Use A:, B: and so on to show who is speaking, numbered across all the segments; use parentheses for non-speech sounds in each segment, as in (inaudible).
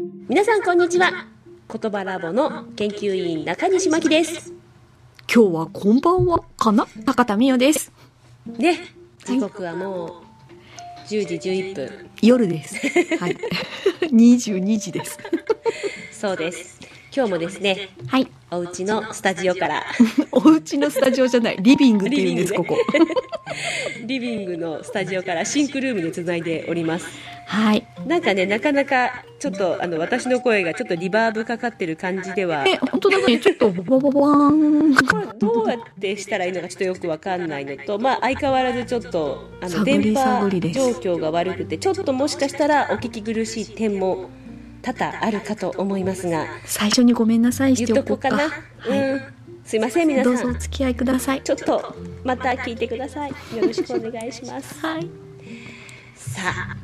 A: こんにちは言葉ラボの研究員中西真希です
B: 今日はこんばんはかな高田美代です。
A: ね時刻はもう10時11分
B: 夜です。はい。22時です。
A: そうです今日もですね
B: はい。
A: お家のスタジオから (laughs)
B: お家のスタジオじゃない、リビングって言うんです、
A: リビ
B: こ
A: ング
B: こ。
A: リビングのスタジオからシンクルームでつないでおります
B: はい。
A: なんかねなかなかちょっとあの私の声がちょっとリバーブかかってる感じでは
B: え、本当だね。ちょっと、ボボボワ
A: こ
B: ー
A: れどうやってしたらいいのかちょっとよくわかんないのと、まあ、相変わらずちょっとあの
B: 探り
A: 電波
B: 探りです
A: 状況が悪くてちょっともしかしたらお聞き苦しい点も多々あるかと思いますが
B: 最初にごめんなさいし
A: 言ってと
B: おこ
A: こ
B: う
A: う
B: か。
A: かな、うん、すいません皆
B: どう
A: さ
B: ぞお
A: ん
B: 付き合いください。
A: ちょっとまた聞いてくださいよろしくお願いします
B: はい。
A: さあ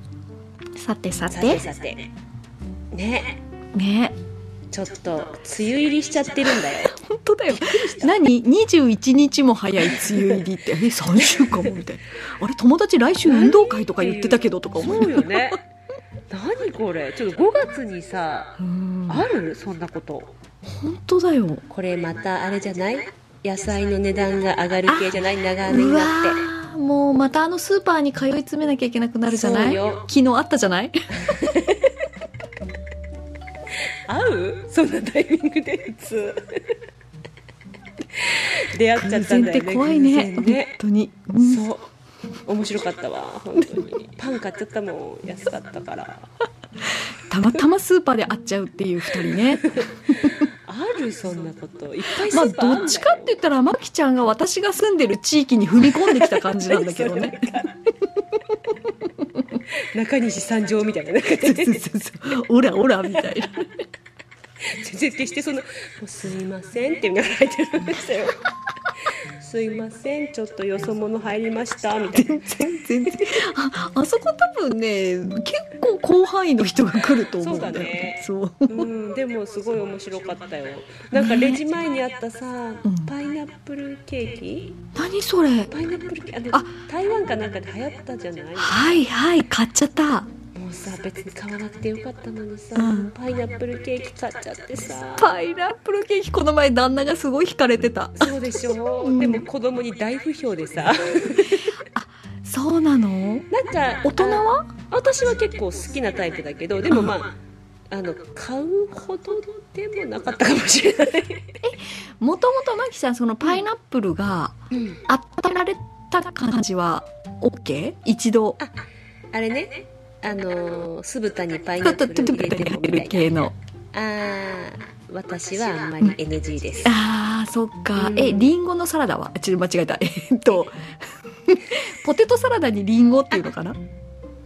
B: さてさ
A: さて
B: て。
A: さてね
B: ね。
A: ちょっと梅雨入りしちゃってるんだよ
B: 本当だよ。何 ?21 日も早い梅雨入りって。え、3週間もみたいな。あれ、友達来週運動会とか言ってたけどとか思いな
A: そ
B: が
A: う
B: ら
A: よね何これちょっと5月にさ
B: うん
A: あるそんなこと
B: 本当だよ。
A: これまたあれじゃない野菜の値段が上がる系じゃない長雨
B: う
A: に
B: わ
A: なって
B: ーもうまたあのスーパーに通い詰めなきゃいけなくなるじゃな
A: そう
B: い
A: よ
B: 昨日あったじゃない
A: 合うそんなタイミングで普通出会っちゃ
B: 偶
A: ったん
B: 然っ
A: だ
B: て
A: よね
B: 怖いね
A: 偶然
B: 本当に、うん
A: そう面白かったわ本当にパン買っちゃったもん安かったから
B: たまたまスーパーで会っちゃうっていう2人
A: (laughs)
B: ね
A: あるそんなこといっぱいス
B: まあ
A: ーパーあんだよ
B: どっちかって言ったらまきちゃんが私が住んでる地域に踏み込んできた感じなんだけどね
A: 中西参上みたいななんかね
B: そうそうそうそうオラオラみたいな
A: 全然決してその「もうすいません」っていうのが入ってるんでしたよ「すいませんちょっとよそ者入りました」みたいな
B: 全然全然ああそこ多分ね結構広範囲の人が来ると思うんだよね
A: そ
B: そう
A: うんでもすごい面白かったよなんかレジ前にあったさ
B: うん
A: パイナップルケーキ
B: 何それ
A: パイナップルケーキあの
B: あ
A: 台湾かなんかで流行ったじゃない
B: はいはい買っちゃった
A: もうさ別に買わなくてよかったのにさ
B: うん
A: パイナップルケーキ買っちゃってさ
B: パイナップルケーキこの前旦那がすごい惹かれてた
A: そうでしょでも子供に大不評でさ
B: そうなの
A: なんか
B: 大人は
A: 私は結構好きなタイプだけどでもまああの買うほどでもなかったかもしれない、
B: もともとマキさんそのパイナップルが当てられた感じは OK? 一度
A: あれねあのー酢豚にパイ
B: ちょ
A: ナ
B: っ
A: ッ
B: と
A: プ
B: トゥ
A: ル入
B: ト
A: れ
B: ゥ
A: て
B: トゥトゥ
A: も
B: トゥ
A: み
B: ル
A: (laughs) たい
B: 系
A: な
B: の
A: あー私はあんまり NG です
B: あーそっか
A: うん
B: えリンゴのサラダはちょっと間違えたえっと (laughs) ポテトサラダにリンゴっていうのかな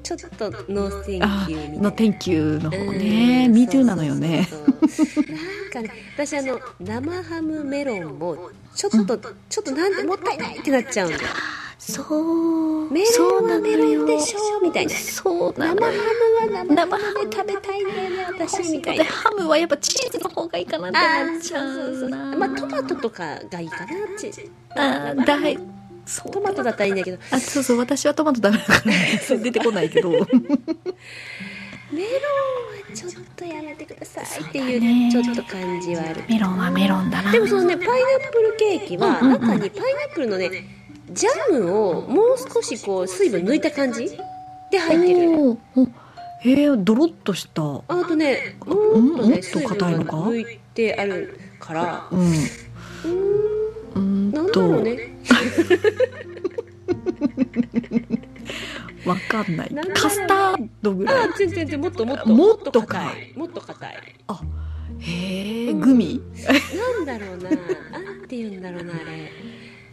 A: ちょっとノーセン
B: あ
A: キューみた
B: ーの
A: いな
B: 天球の方
A: う
B: ね
A: ん
B: Me too なのよね
A: そうそうそうなんかね私あの生ハムメロンもちょっと、ちょっとなんでもったいないってなっちゃうんだよ
B: そう
A: メロンはメロンでし
B: ょ
A: ょみたいな
B: そうな
A: 生
B: のよ
A: ハムは生
B: 生
A: ハ
B: ハ
A: ム
B: ム
A: で食べたいんだよね私みたい
B: で
A: な
B: ハムはやっぱチーズの方がいいかなってなっちゃうな
A: まあトマトとかがいいかなち
B: あーだいそう
A: トマトだったらいいんだけど
B: あそうそう私はトマトダメだから (laughs) 出てこないけど
A: メロンはちょっとやめてくださいって
B: そうだ
A: いう
B: ね
A: ちょっと感じはある
B: メロンはメロンだな
A: でもそのねパイナップルケーキは
B: うんうんうん
A: 中にパイナップルのねジャムをもう少しこう水分抜いた感じで入ってる
B: おーおへえドロッとしたうん
A: あとねうんと
B: も
A: ね
B: っと
A: 水分
B: 硬い
A: が
B: のか
A: 抜いてあるから
B: うーん
A: なんだ
B: と
A: ろうね
B: わかんない
A: なんだろうね
B: カスタードぐら
A: あ
B: い
A: 全然全然もっともっと
B: もっと
A: 硬いもっと硬い
B: へえグミ
A: なんだろうななんて言うんだろうなあれ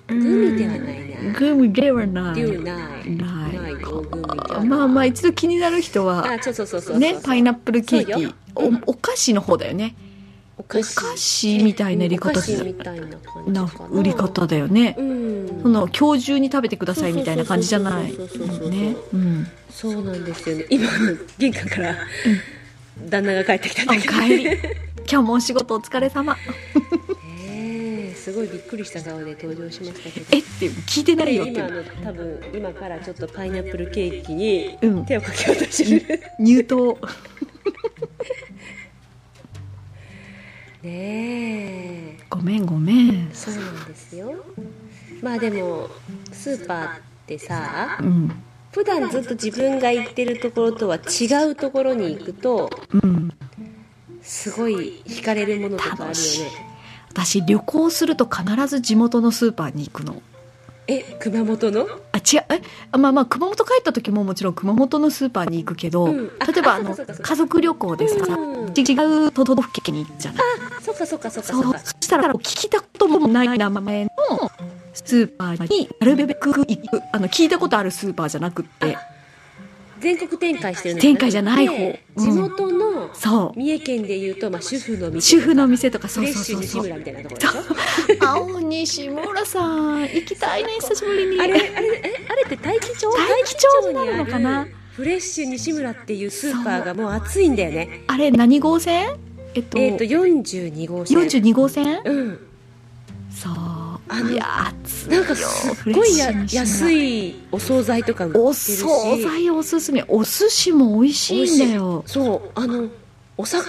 A: グミではないな
B: グミではない
A: デューない
B: ない
A: ないよグミではない
B: まあまあ一度気になる人は
A: あそうそうそうそうそう
B: ねパイナップルケー
A: そうよ
B: キおお菓子の方だよね
A: お
B: お菓子みたいな売り方す
A: お菓子み
B: る
A: たいな感じ
B: な
A: かな
B: 売り方だよね
A: う、ん
B: その今日中に食べてくださいみたいな感じじゃない
A: そうそうそうそうそうそう
B: ねうん
A: そうなんですよね今あの玄関から旦那が帰ってきたん
B: お
A: だけど
B: かえり今日もお仕事お疲れ様
A: ね (laughs) えすごいびっくりした顔で登場しましたけど
B: えって聞いてないよっ
A: 今あ
B: て
A: の多分今からちょっとパイナップルケーキに
B: うん
A: 手をかけようとしてる、
B: 入刀
A: ねえ
B: ごめんごめん
A: そうなんですよまあでもスーパーってさ
B: うん
A: 普段ずっと自分が行ってるところとは違うところに行くと
B: うん
A: すごい惹かれるものとかあるよね
B: 私旅行すると必ず地元のスーパーに行くの
A: え熊本の
B: あ違うえあまあまあ熊本帰った時ももちろん熊本のスーパーに行くけど、
A: うんあ
B: 例えば
A: あ
B: あの
A: そうかそうかそうか
B: 家族旅行ですから、
A: うん
B: 違う都道府県に行くじゃない
A: そっかそっかそっか
B: そ
A: そっ
B: う
A: か
B: そしたら聞いたこともない名前のスーパーになるべく行くあの聞いたことあるスーパーじゃなくって
A: 全国展開してるの
B: 展開じゃない方
A: で
B: うん
A: 地元の
B: そ
A: 三重県でいうと、まあ、主婦の
B: う
A: 店
B: 主婦の店とか
A: フ
B: そう
A: レッ
B: そう
A: シュ
B: そう
A: 西
B: そう
A: 村みたいなところでしょ
B: 青西村さん行きたいね久しぶりに
A: あれあれえあれって大気町
B: 大気町になるのかな
A: 大気町にあるフレッシュ西村っていうスーパーがもう暑いんだよね
B: あれ何号線えっと,、
A: えっ、と42号線
B: 42号線
A: うん
B: そう
A: あの
B: いや暑いよ
A: なんかすっごいや
B: フレッシュな
A: 安いお惣菜とか売って
B: お
A: るし
B: 惣菜おすすめお寿司も美味しいんだ
A: 美
B: よ
A: 味しいそうあのお魚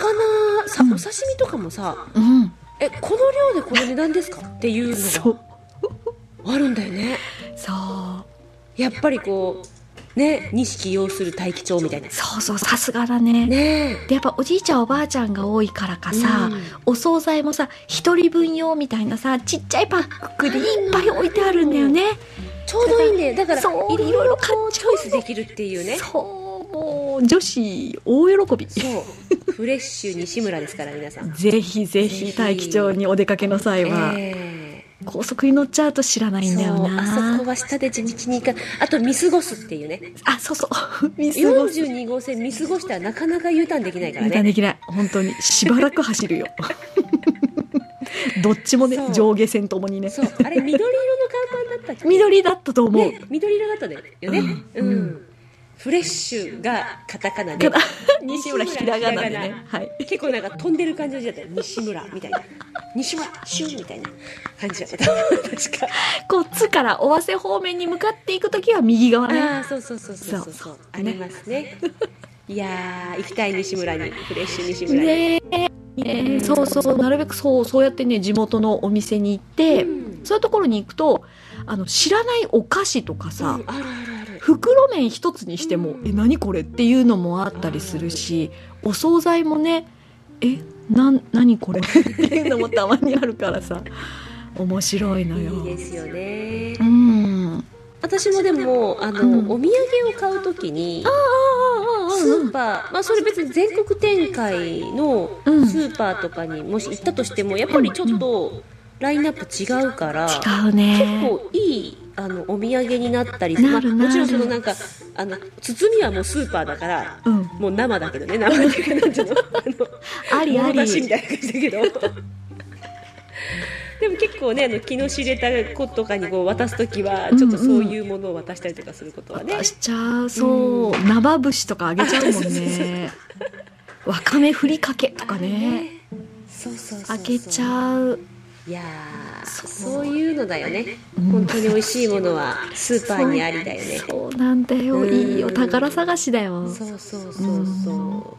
A: さ、
B: うん
A: お刺身とかもさ
B: うん
A: えこの量でこの値段ですかっていう
B: そ
A: の
B: う
A: があるんだよね
B: そう
A: やっぱりこうね錦要する大気町みたいな
B: そうそうさすがだね
A: ね
B: でやっぱおじいちゃんおばあちゃんが多いからかさ、
A: うん
B: お惣菜もさ一人分用みたいなさちっちゃいパックでいっぱい置いてあるんだよね
A: ちょうどいいんだよだから
B: そう
A: いろいろこ
B: 買っ
A: う
B: ち
A: チ
B: ゃう
A: ョイスできるっていうね
B: そうもう女子大喜び
A: そうフレッシュ西村ですから皆さん
B: ぜひぜ
A: ぜ
B: ひ
A: ひ
B: 大気町にお出かけの際は、
A: え
B: 高速に乗っちゃうと知らな
A: え
B: いんだよ
A: そうあ
B: な
A: そこは下で地道に行かあと見過ごすっていうね
B: あそうそう (laughs) 見過ごす
A: 42号線見過ごしたらなかなか U ターンできないから
B: 油断
A: ね
B: できない本当にしばらく
A: (laughs)
B: 走るよどっちもね
A: そう
B: 上下線ともにね
A: そうあれ緑色の看板だったっけ
B: 緑だったと思う、
A: ね緑色だったねよねうん、フレッシュがカタカナで (laughs)
B: かな西村ひらがなでねはい
A: 結構なんか飛んでる感じの字だったよ西村みたいな西村シュンみたいな感じだった確か
B: こう津から尾鷲方面に向かっていくときは右側ね
A: ああそうそうそうそうそう
B: そ
A: そうう
B: そう
A: ありますねいやー行きたい西村にフレッシュ西村に、
B: ねえそうそうなるべくそうそうやってね地元のお店に行って、
A: うん
B: そういうところに行くとあの知らないお菓子とかさ、
A: うんあるあるある
B: 袋麺一つにしても、
A: うん
B: え何これっていうのもあったりするしお惣菜もねえなん何これ (laughs) っていうのもたまにあるからさ面白いのよ
A: いいですよね
B: うんあ
A: 私もでもあの、
B: うん
A: お土産を買うときに
B: あ
A: スーパー、まあ、それ別に全国展開のス
B: うん
A: ーパーとかにもし行ったとしてもやっぱりちょっとラインナップ違うから結
B: 違うね
A: 構いいあのお土産になったり
B: なる
A: まあもちろん
B: な
A: そ
B: る
A: のなんかあの包みはもうスーパーだから
B: うん
A: もう生だけどね生だけどなんていうのあの (laughs)
B: ありあ
A: 物出しみ
B: り
A: たいな感じだけど (laughs) でも結構ねあの気の知れた子とかにこう渡す時はちょっとそういうものを渡したりとかすることはね、
B: 渡しちゃうそう、生節とかあげちゃうも
A: (laughs)
B: んねわかめふりかけとかね
A: そうそうそうそう
B: あげちゃう
A: いやー
B: そ
A: そうういうのだよね、
B: うん
A: 本当に美味しいものはスーパーにありだよね
B: そうなんだよいいお
A: うん
B: 宝探しだよ
A: そうそうそうそ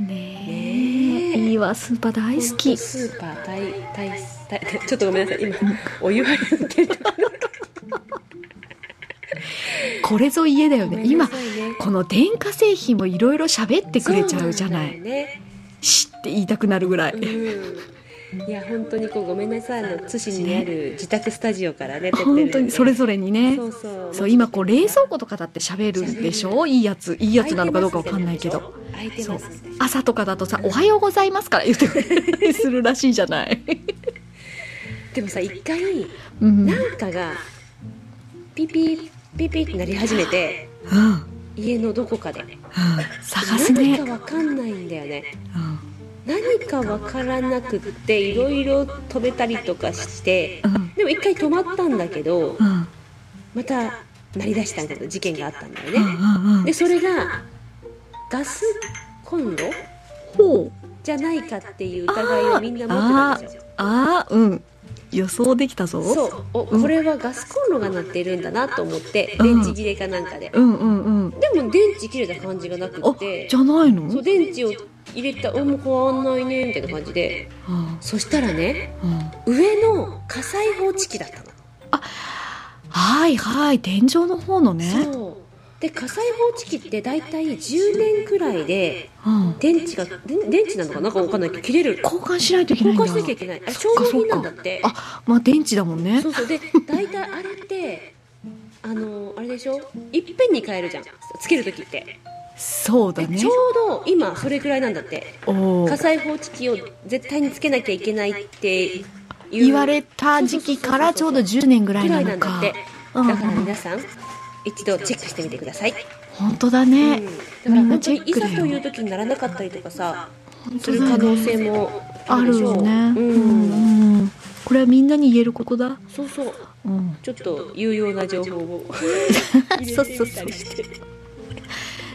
A: う
B: ねえ
A: ねえ
B: いいわスーパー大好き
A: スーパー大大大大ちょっとごめんなさい今お湯割りの件とか
B: これぞ家だよ
A: ごめん
B: ね
A: な
B: 今
A: さいね
B: この電化製品もいろいろ喋ってくれちゃうじゃな
A: そ
B: い
A: うんだよね
B: 知って言いたくなるぐらい、
A: うんいや本当にこうごめんなさいあの津市にある自宅スタジオからね撮ってるんで
B: 本当にそれぞれにね
A: そうそう
B: そう今こう冷蔵庫とかだって喋るでしょいいやついいやつなのかどうかわかんないけど
A: 開いて
B: そ
A: ま
B: う
A: すみたいな
B: 朝とかだとさ「おはようございます」から言ってくれたりするらしいじゃない、
A: でもさ一回
B: うんうん、
A: なんかがピピピピってなり始めて家のどこかで
B: 探す
A: 何
B: ね、
A: かわかんないんだよね
B: うん
A: 何かわからなくっていろいろ止めたりとかして
B: うん
A: でも一回止まったんだけど
B: うん
A: また鳴り出したんだけど事件があったんだよ
B: う
A: ね
B: んうんうん
A: でそれがガスコンロ
B: ほう
A: じゃないかっていう疑いをみんな持ってたんですよ
B: あーうん予想できたぞ
A: そうおこれはガスコンロが鳴ってるんだなと思って電池切れかなんかで
B: うんうんうん
A: でも電池切れた感じがなく
B: あ
A: って
B: じゃない
A: そう
B: の
A: 電池を入れた「おもう変わんないね」みたいな感じで
B: うん
A: そしたらね
B: うん、
A: 上の火災報知器だったの、
B: はいはい天井の方のね
A: そうで火災報知器って大体10年くらいで
B: うん、
A: 電池がで電池なのかなんかわかんないけど切れる
B: 交換しないといけないん
A: 交
B: だ
A: 換しなきゃいけないあれ
B: そ
A: 消
B: っ
A: 耗
B: かそっ
A: 品
B: か
A: なんだって
B: あまあ電池だもんね
A: そうそうで大体あれってあのあれでしょいっぺんに変えるじゃんつける時って
B: そうだ
A: で
B: ね
A: ちょうど今それくらいなんだって
B: お
A: 火
B: ー
A: 災報知器を絶対につけなきゃいけないっていう
B: 言われた時期からちょうど10年ぐらい
A: くら
B: ない
A: な
B: の
A: んだっ
B: か
A: て
B: う
A: だ
B: んうん
A: から皆さん一度チェックしてみてください、
B: 本当だ
A: うん、だ
B: ね、
A: から
B: みんな
A: 本
B: チ
A: 当に
B: ェッ
A: い
B: ク
A: ざ
B: だ
A: とい
B: よ
A: う時にならなかったりとかさ
B: 本
A: す
B: 当
A: る可
B: だ
A: 能
B: ね
A: 性もあ
B: あ
A: るで
B: る
A: しょ
B: よ
A: ううん、
B: ねうんうんこれはみんなに言えることだ
A: そうそう
B: うん
A: ちょっと有用な情報
B: (laughs)
A: を入れてみたりして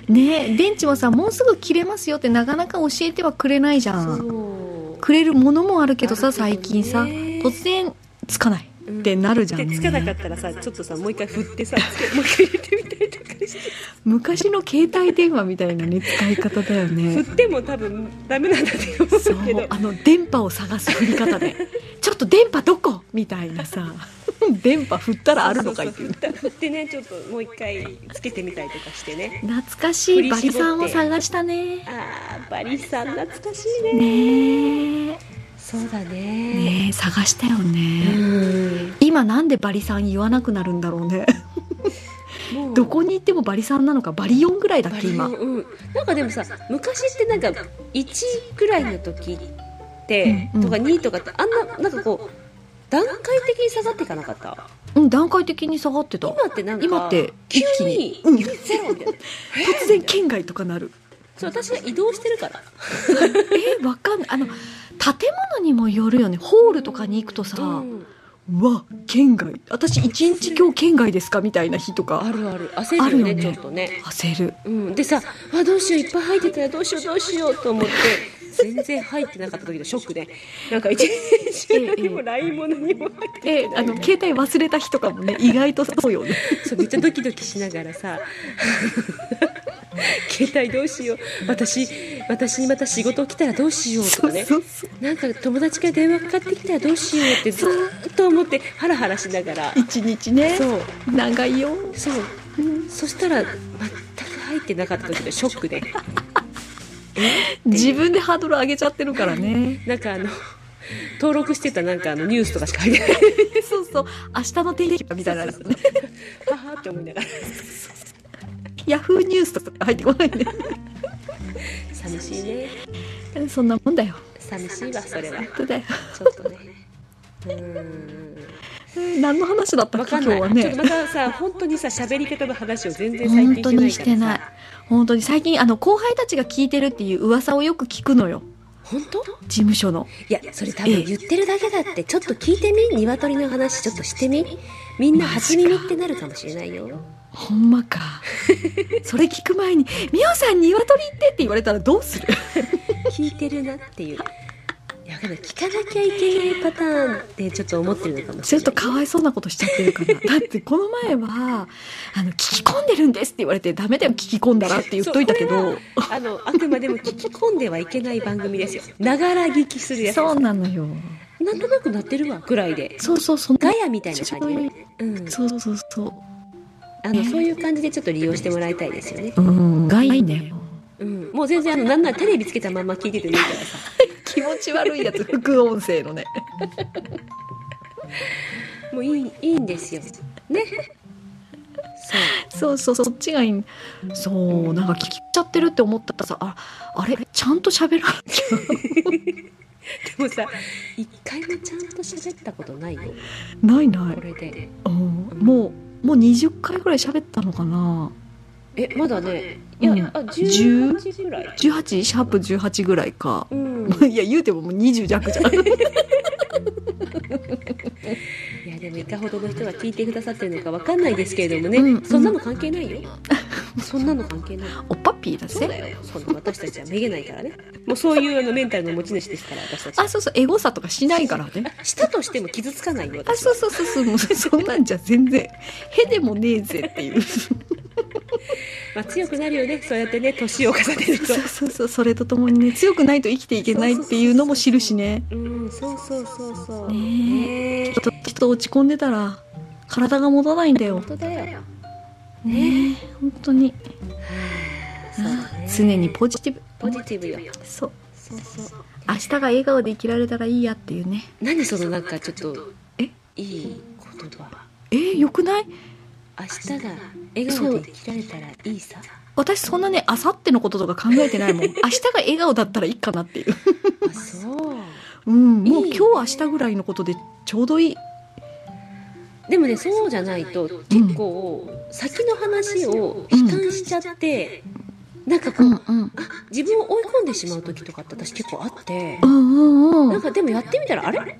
B: ねえ電池もさもうすぐ切れますよってなかなか教えてはくれないじゃん
A: そう
B: くれるものもあるけどさ
A: あるけどね
B: 最近さ突然つかない
A: うん
B: ってなるじゃん、
A: でつかなかったらさちょっとさもう一回振ってさつけもう一回入れてみたりとかして
B: 昔の携帯電話みたいなね使い方だよ
A: 振
B: ね
A: っても多分ダメなんだと
B: そう
A: 思うけど
B: あの電波を探す振り方でちょっと電波どこみたいなさ (laughs) 電波振ったらあるのかいっていう
A: そうそうそう振った振ってねちょっともう一回つけてみたりとかしてね
B: 懐かしいバリさんを探したね
A: あーバリさん懐かしいね
B: ね
A: そうだ
B: え
A: ね
B: ねえ探したよね、
A: うん
B: 今なんでバリさん言わなくなるんだろうね
A: もう
B: どこに行ってもバリさんなのかバリ4ぐらいだっけ今
A: バリのうん、なんかでもさ昔ってなんか1くらいの時って、
B: うんう
A: と
B: ん
A: か2とかってあんななんかこう段階的に下がっていかなかった
B: うん段階的に下がってた
A: 今ってなんか
B: 今って
A: 急
B: 一気に
A: に
B: うん
A: ゼロみたいな
B: 突然県外とかなる
A: そう私が移動してるから
B: えわかんないあの建物にもよるよねホールとかに行くとさ、う
A: うん
B: わ県外私一日今日県外ですかみたいな日とか
A: あるある焦るよね
B: あるよね
A: ちょっとね、
B: 焦る
A: うん、でさあどうしよういっぱい入ってたらどうしようどうしようと思って全然入ってなかった時のショックでなんか一日中何も LINE も何も入って
B: えあの携帯忘れた日とかもね意外とそうよね
A: そうめっちゃドキドキしながらさ携帯どうしよう私私にまた仕事来たらどうしようと
B: そう
A: かね
B: そうそう
A: なんか友達から電話かかってきたらどうしようってずーっと思ってハラハラしながら
B: 一日ね
A: そう
B: 長いよ
A: そう、そしたら全く入ってなかった時のショックで
B: 自分でハードル上げちゃってるからね
A: なんかあの登録してたなんかあのニュースとかしか入ってない
B: (laughs) そうそう明日の天気みたいなやつね
A: ははって思いながら
B: ヤフーニュースとか入ってこないね (laughs)
A: 寂しいね
B: そんなもんだよ
A: 寂しいわそれは
B: 本当だよ
A: ちょっとねうーん
B: 何の話だった
A: わ
B: っけ
A: かん
B: 今
A: な
B: 日
A: い、
B: は
A: ちょっと
B: ね
A: またさ本当にさ喋り方の話を全然最
B: 本
A: 近
B: 当にし
A: してて
B: な
A: ないいからさ
B: 本当に最近あの後輩たちが聞いてるっていう噂をよく聞くのよ
A: 本当
B: 事務所の
A: いやそれ多分言ってるだけだってちょっと聞いてみ鶏の話ちょっとしてみみんな初耳ってなるかもしれないよ
B: ほんま (laughs) かそれ聞く前に「みおさん鶏行って」って言われたらどうする
A: 聞いてるなっていういやわかんない聞かなきゃいけないパターンってちょっと思ってるのかもし
B: ちょ
A: れ
B: っ
A: ない
B: とかわいそうなことしちゃってるからだ (laughs) ってこの前は「あの聞き込んでるんです」って言われて「ダメだよ聞き込んだら」って言っといたけど
A: そうこれはあのあくまでも聞き込んではいけない番組ですよながら聞きするやつ
B: そうなのよ
A: なんとなくなってるわぐらいで
B: そうそうその
A: ガヤみたいな感じでね、うん、
B: そうそうそう
A: あのそういう感じでちょっと利用してもらいたいですよね。
B: うんがいいね
A: うん、もう全然あのなんならテレビつけたまんま聞いててもいいからさ。
B: 気持ち悪いやつ (laughs) 副音声のね
A: もういいいいんですよ。ね。そう。
B: そうそうそうそっちがいいそうなんか聞きちゃってるって思ったらさああれちゃんと喋らなきゃ
A: でもさ、一回もちゃんと喋ったことないよ。
B: ないな
A: これ
B: い、
A: で。
B: うん、もうもう20回ぐらい喋ったのかな
A: えまだね。いうや、
B: ん
A: あ十八ぐらい。
B: 18シャープ18ぐらいか (laughs)
A: うん。
B: いや言うてももう20弱じゃん
A: いやでもいかほどの人が聞いてくださってるのかわかんないですけれどもね、
B: うん
A: そんなの関係ないよ。そんなの関係ない。
B: (laughs) おっぱっぴーだ
A: そう
B: ぜ
A: だよ。そんな私たちはめげないからね。もうそういうあのメンタルの持ち主ですから私たちは
B: あそうそうエゴさとかしない (laughs) からね
A: したとしても傷つかないよ
B: あ
A: 私
B: そうそう (laughs) そうそうもうそんなんじゃ全然へでもねえぜっていう
A: まあ、強くなるよねそうやってね年を重ねると
B: そうそうそうそれとともにね強くないと生きていけないっていうのも知るしね
A: うんそうそうそうそう
B: ね
A: ねえ
B: ちょっとちょっと落ち込んでたら体が持たないんだよ
A: 本当だよ
B: ね本当に
A: そうね
B: 常にポジティブ
A: ポジティブよ
B: そう
A: そうそう
B: 明日が笑顔で生きられたらいいやっていうね
A: 何そのなんかちょっと
B: え
A: いい言葉
B: えー、よくない
A: 明日が笑顔で生きられたらいいさ
B: 私そんなねあさってのこととか考えて (laughs) ないもん明日が笑顔だったらいいかなっていう
A: あそう
B: うんもう
A: いい
B: 今日明日ぐらいのことでちょうどいい
A: でもねそうじゃないと結構先の話を悲観しちゃって、なんかこう、
B: うん
A: あ自分を追い込んでしまう時とかって私結構あって
B: う、んうんう
A: なん
B: ん
A: かでもやってみたらあれ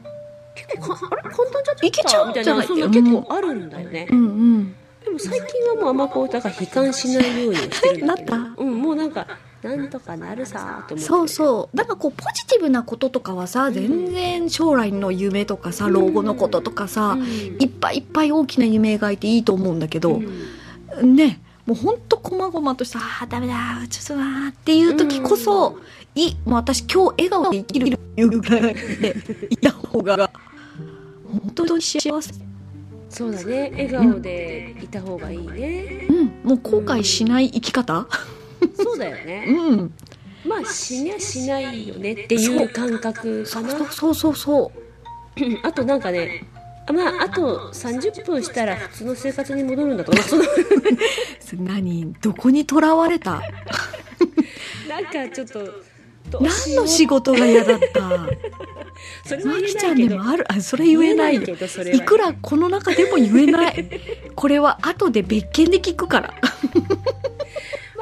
A: 結構かあれ簡単じゃない
B: いけちゃう
A: みたい
B: じゃな
A: ないそんな結構あるんだよね、
B: うんうん
A: でも最近はもうあんまこうだから悲観しないようにはしてるんだけど
B: なった
A: うん、もうなんかなんとかなるさーと思って
B: そうそうだからこうポジティブなこととかはさ全然将来の夢とかさ老後のこととかさ
A: ん
B: いっぱいいっぱい大きな夢描いていいと思うんだけど
A: ん
B: ねもうほんとこまごまとした「あーダメだちょっとな」っていう時こそ「いもう私今日笑顔で生きる」っていうぐらいでいた方が本当に幸せ
A: そうだね笑顔でいた方がいいね、
B: うんもう後悔しない生き方
A: そうだよね
B: うん
A: まあ死にゃしないよねっていう感覚かな
B: そうそうそうそ
A: う
B: う
A: んあとなんかねあまああと30分したら普通の生活に戻るんだとかその
B: それ何どこにとらわれた
A: なんかちょっとどうし
B: 何
A: よう
B: の仕事が嫌だった
A: それは
B: マ
A: 言
B: キ
A: え
B: ち
A: な
B: ゃ
A: い
B: ん
A: け
B: で
A: ど
B: もあるあそれ言えない
A: 言えないけどそれはい
B: くらこの中でも言えない (laughs) これは後で別件で聞くから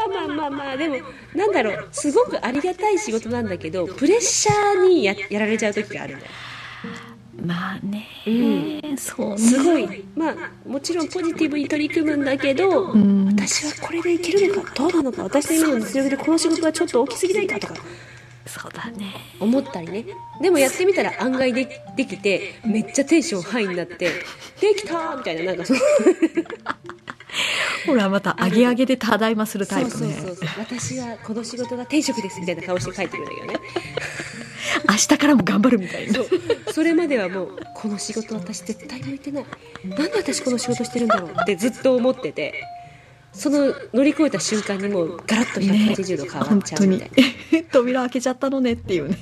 A: まあまあまあまあでもなんだろうすごくありがたい仕事なんだけどプレッシャーにややられちゃう時があるんだよ
B: まあね、そうね
A: すごいまあもちろんポジティブに取り組むんだけど、
B: ん
A: 私はこれでいけるのかどうなのか私の今の実力でこの仕事はちょっと大きすぎないかとか
B: そうだね
A: 思ったりねでもやってみたら案外できできてめっちゃテンションハイになって「できた!」みたいななんかその
B: ほらまた「あげあげ」で「ただいまする」タ
A: そ
B: イ
A: う
B: プ
A: そう
B: ね
A: そうそう私はこの仕事が転職ですみたいな顔して帰ってくるんだけどね
B: 明日からも頑張るみたいな
A: そうそれまではもうこの仕事私絶対向いてないなんで私この仕事してるんだろうってずっと思っててその乗り越えた瞬間にもうガラッと180度変わ
B: 本
A: っちゃ
B: 当
A: うみ
B: に
A: たいな、
B: 「 (laughs) 扉開けちゃったのね」っていうね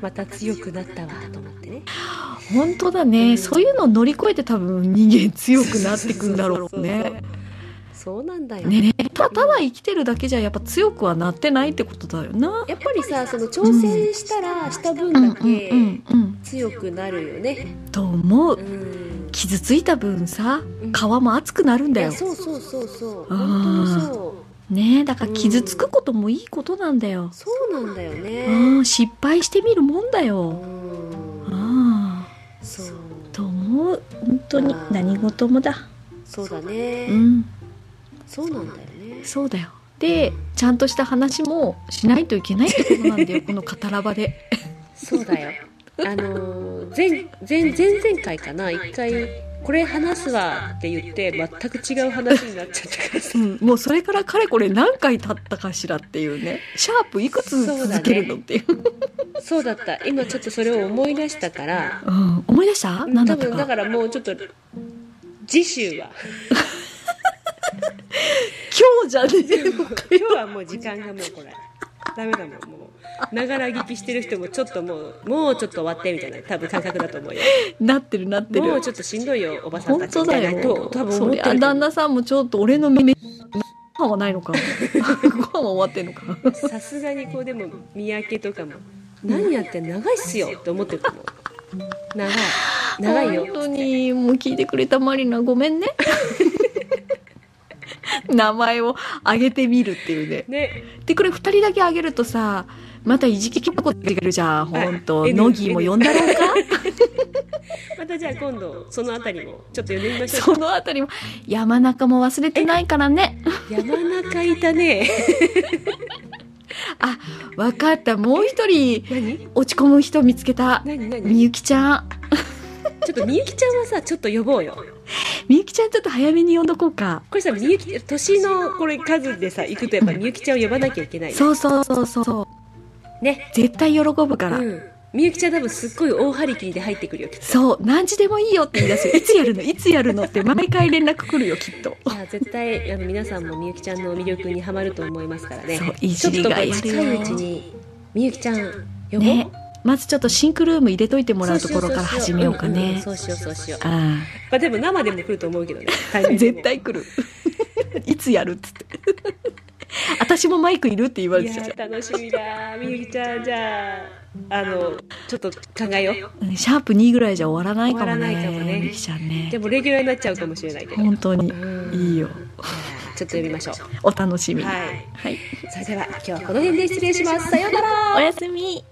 A: また強くなったわと思ってね
B: 本当だね、そういうのを乗り越えて多分人間強くなってくんだろうね
A: そうなんだよ
B: ねたただ生きてるだけじゃやっぱ強くはなってないってことだよな
A: やっぱりさその挑戦したらした分だけ
B: うん
A: 強くなるよね
B: と思う
A: うん
B: 傷ついた分さ
A: うん
B: 皮も厚くなるん
A: い
B: だ
A: や
B: よ
A: そうそうそうそう
B: あ
A: 本
B: ー
A: 当にそう
B: ねえだから傷つくこともいいことなんだよ、
A: そうなんだよね
B: うん、失敗してみるもんだ
A: う
B: よ
A: ん
B: ああ
A: そう
B: と思う本当に何事もだ
A: そうだ
B: う
A: ね
B: ん
A: そうなんだよね
B: そうだよでちゃんとした話もしないといけないってことなんだ (laughs) よこの語らばで
A: そうだよ。あのー前前前々回かな一回これ話すわって言って全く違う話になっちゃったからさ
B: うんもうそれからかれこれ何回経ったかしらっていうねシャープいくつ続けるのっていう
A: そうだった今ちょっとそれを思い出したから
B: うん、思い出した
A: 多
B: 何だった
A: 分だ
B: か
A: からもうちょっと次週は
B: 今日じゃねえ (laughs) のか
A: 今日はもう時間がもうこれダメだもんもうながら聞きしてる人もちょっともうもうちょっと終わってみたいな多分感覚だと思うよ
B: なってるなってる
A: もうちょっとしんどいよおばさん
B: 本
A: たち
B: 当
A: みた
B: だ
A: いなと
B: よ
A: 多分思
B: そ
A: って
B: り
A: る
B: ゃ
A: と
B: 旦
A: 思う
B: 那さんもちょっと俺の (laughs) 目目ご飯はないのかご飯は終わってんのか
A: さすがにこうでも三宅とかも何やってん長いっすよって思ってると思う長い長いよ
B: 本当にもう聞いてくれたマリナごめ
A: (laughs)
B: んね名前を挙げてみるっていうね
A: ね
B: でこれ2人だけ挙げるとさまたいじききっこ出てくるじゃん本当
A: あ N
B: ノギーも呼んだろうか
A: またじゃあ今度そのあたりもちょっと読んでみましょ
B: そうのあたりも山中も忘れてないからね
A: 山中いたね
B: あわかったもう一人
A: 何
B: 落ち込む人見つけた
A: 何何
B: みゆきちゃん
A: ちょっとみゆきちゃんはさちょっと呼ぼうよ
B: みゆきちゃんちょっと早めに呼んどこうか。
A: これさみゆき年のこれ数でさ行くとやっぱみゆきちゃんを呼ばなきゃいけない
B: そうそうそうそう。
A: ね
B: 絶対喜ぶから。
A: うんみゆきちゃん多分すっごい大張り切りで入ってくるよきっと
B: そう、何時でもいいよって言い出
A: (laughs)
B: すよ。いつやるのいつやるのって毎回連絡来るよ、きっと。
A: いや絶対あの皆さんもみゆきちゃんの魅力にはまると思いますからね
B: そういい
A: ちょ
B: 知
A: っ
B: り
A: とこ
B: が
A: れ
B: いあ
A: 近
B: るよ
A: いうちにみゆきちゃん呼ぼう、
B: ね。まずちょっとシンクルーム入れといてもらう
A: そ
B: と
A: しよ
B: ころから始めようかね。
A: そうしようそうしよう,、うんうんそうしよう
B: あ
A: まあ、でも生でも来ると思うけどね対
B: あ
A: 面でも
B: 絶対来る。 (laughs) いつやるっつって。 (laughs) 私もマイクいるって言われ
A: い
B: てたじゃん
A: や楽しみだみゆきちゃんじゃああのちょっと考えよ
B: うんシャープ2ぐらいじゃ終わらないかも
A: 終わらない
B: ね
A: かもね
B: みきちゃん
A: う
B: ね
A: でもレギュラーになっちゃうかもしれないけど
B: 本当に
A: うん
B: いいよ
A: ちょっと呼びましょう
B: お楽しみに
A: はい
B: はい、
A: それでは今日はこの辺で失礼しますさようなら
B: おやすみ